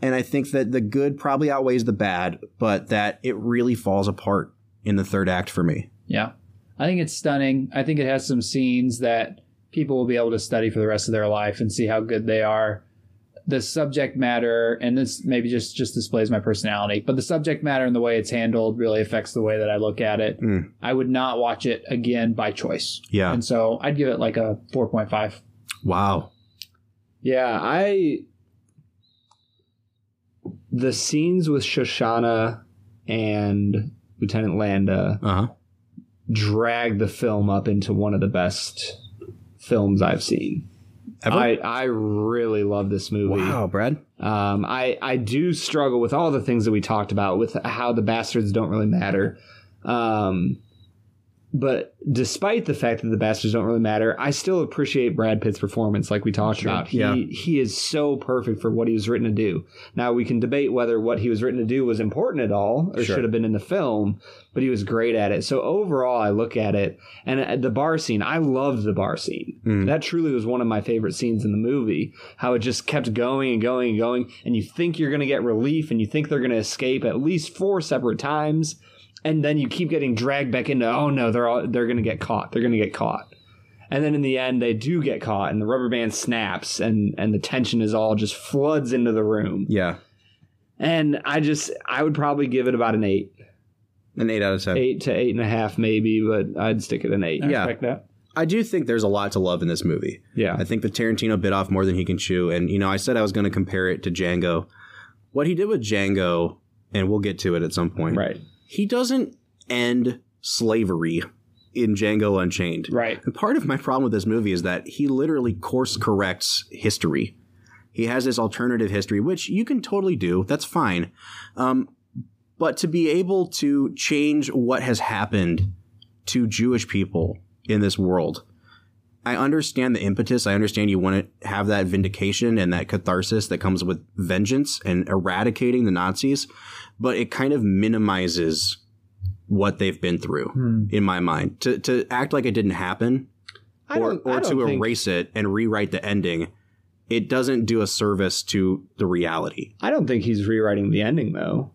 and I think that the good probably outweighs the bad, but that it really falls apart in the third act for me.
Yeah. I think it's stunning. I think it has some scenes that people will be able to study for the rest of their life and see how good they are. The subject matter, and this maybe just just displays my personality, but the subject matter and the way it's handled really affects the way that I look at it.
Mm.
I would not watch it again by choice.
Yeah.
And so I'd give it like a 4.5.
Wow.
Yeah. I. The scenes with Shoshana and Lieutenant Landa
Uh huh.
drag the film up into one of the best films I've seen. I, I really love this movie.
wow, Brad.
Um, I I do struggle with all the things that we talked about with how the bastards don't really matter. Um, but despite the fact that the bastards don't really matter, I still appreciate Brad Pitt's performance, like we talked about. He
yeah.
he is so perfect for what he was written to do. Now we can debate whether what he was written to do was important at all or
Sure.
should have been in the film, but he was great at it. So overall, I look at it and uh, the bar scene. I loved the bar scene.
Mm.
That truly was one of my favorite scenes in the movie. How it just kept going and going and going, and you think you're going to get relief, and you think they're going to escape at least four separate times, and then you keep getting dragged back into oh no, they're all, they're going to get caught. They're going to get caught. And then in the end, they do get caught, and the rubber band snaps, and and the tension is all just floods into the room.
Yeah.
And I just, I would probably give it about an eight,
An eight out of ten.
eight to eight and a half, maybe, but I'd stick it an eight.
I
Yeah.
respect that.
I do think there's a lot to love in this movie.
yeah.
I think that Tarantino bit off more than he can chew. And, you know, I said I was going to compare it to Django. What he did with Django and we'll get to it at some point.
Right.
He doesn't end slavery in Django Unchained.
Right.
And part of my problem with this movie is that he literally course corrects history. He has this alternative history, which you can totally do. That's fine. Um, but to be able to change what has happened to Jewish people in this world, I understand the impetus. I understand you want to have that vindication and that catharsis that comes with vengeance and eradicating the Nazis, but it kind of minimizes what they've been through in my mind. To to act like it didn't happen
I
or,
don't- I
or
don't
to
think-
erase it and rewrite the ending, it doesn't do a service to the reality.
I don't think he's rewriting the ending though.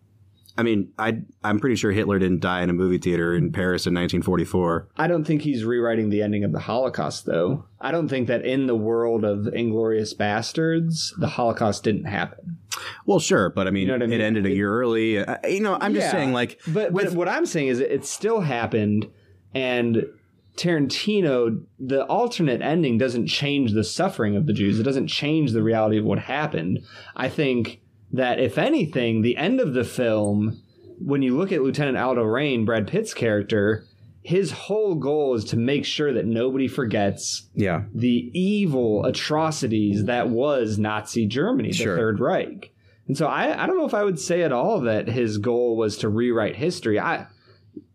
I mean, I I'm pretty sure Hitler didn't die in a movie theater in Paris in 1944.
I don't think he's rewriting the ending of the Holocaust though. I don't think that in the world of Inglorious Bastards, the Holocaust didn't happen.
Well, sure, but I mean,
know what I mean?
it ended a year early. I, you know, I'm just
Yeah.
saying, like,
But, but what I'm saying is it, it still happened and Tarantino the alternate ending doesn't change the suffering of the Jews. It doesn't change the reality of what happened. I think that if anything, the end of the film, when you look at Lieutenant Aldo Rain, Brad Pitt's character, his whole goal is to make sure that nobody forgets
yeah,
the evil atrocities that was Nazi Germany,
Sure.
the Third Reich. And so I, I don't know if I would say at all that his goal was to rewrite history. I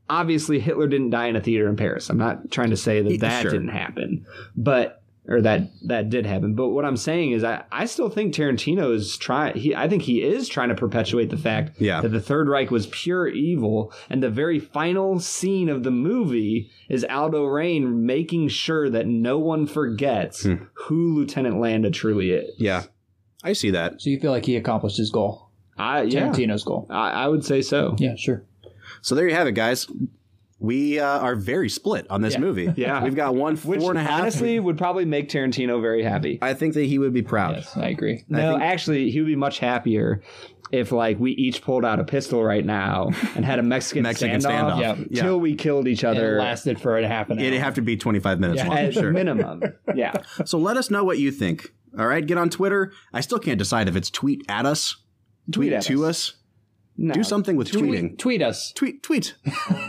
obviously Hitler didn't die in a theater in Paris. I'm not trying to say
Yeah,
that that
sure.
didn't happen, but or that that did happen. But what I'm saying is I, I still think Tarantino is trying he I think he is trying to perpetuate the fact
Yeah.
that the Third Reich was pure evil and the very final scene of the movie is Aldo Rain making sure that no one forgets who Lieutenant Landa truly is.
yeah, I see that.
So you feel like he accomplished his goal,
I yeah.
Tarantino's goal?
I, I would say so.
Yeah, sure.
So there you have it, guys. We uh, are very split on this movie.
[laughs] Yeah.
we've got one
Which
four and a half.
honestly would probably make Tarantino very happy.
I think that he would be proud.
Yes, I agree.
No, actually, he would be much happier if like we each pulled out a pistol right now and had a Mexican,
Mexican
standoff,
standoff. Yeah.
till we killed each
And it
other
lasted for a half an hour.
It'd have to be 25 minutes long.
at
sure.
minimum. Yeah,
So let us know what you think. All right, get on Twitter. I still can't decide if it's tweet at us, tweet,
Tweet at
to us.
no.
Do something with tweeting.
tweet, tweet us.
tweet tweet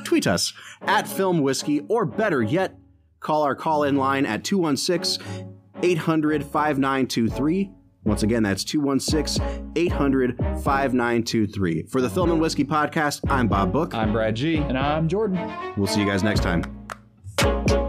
tweet us at film whiskey or better yet call our call in line at 216-800-5923 once again that's 216-800-5923 for the film and whiskey
Uh,
podcast i'm bob book
I'm Brad G.
And I'm Jordan.
we'll see you guys next time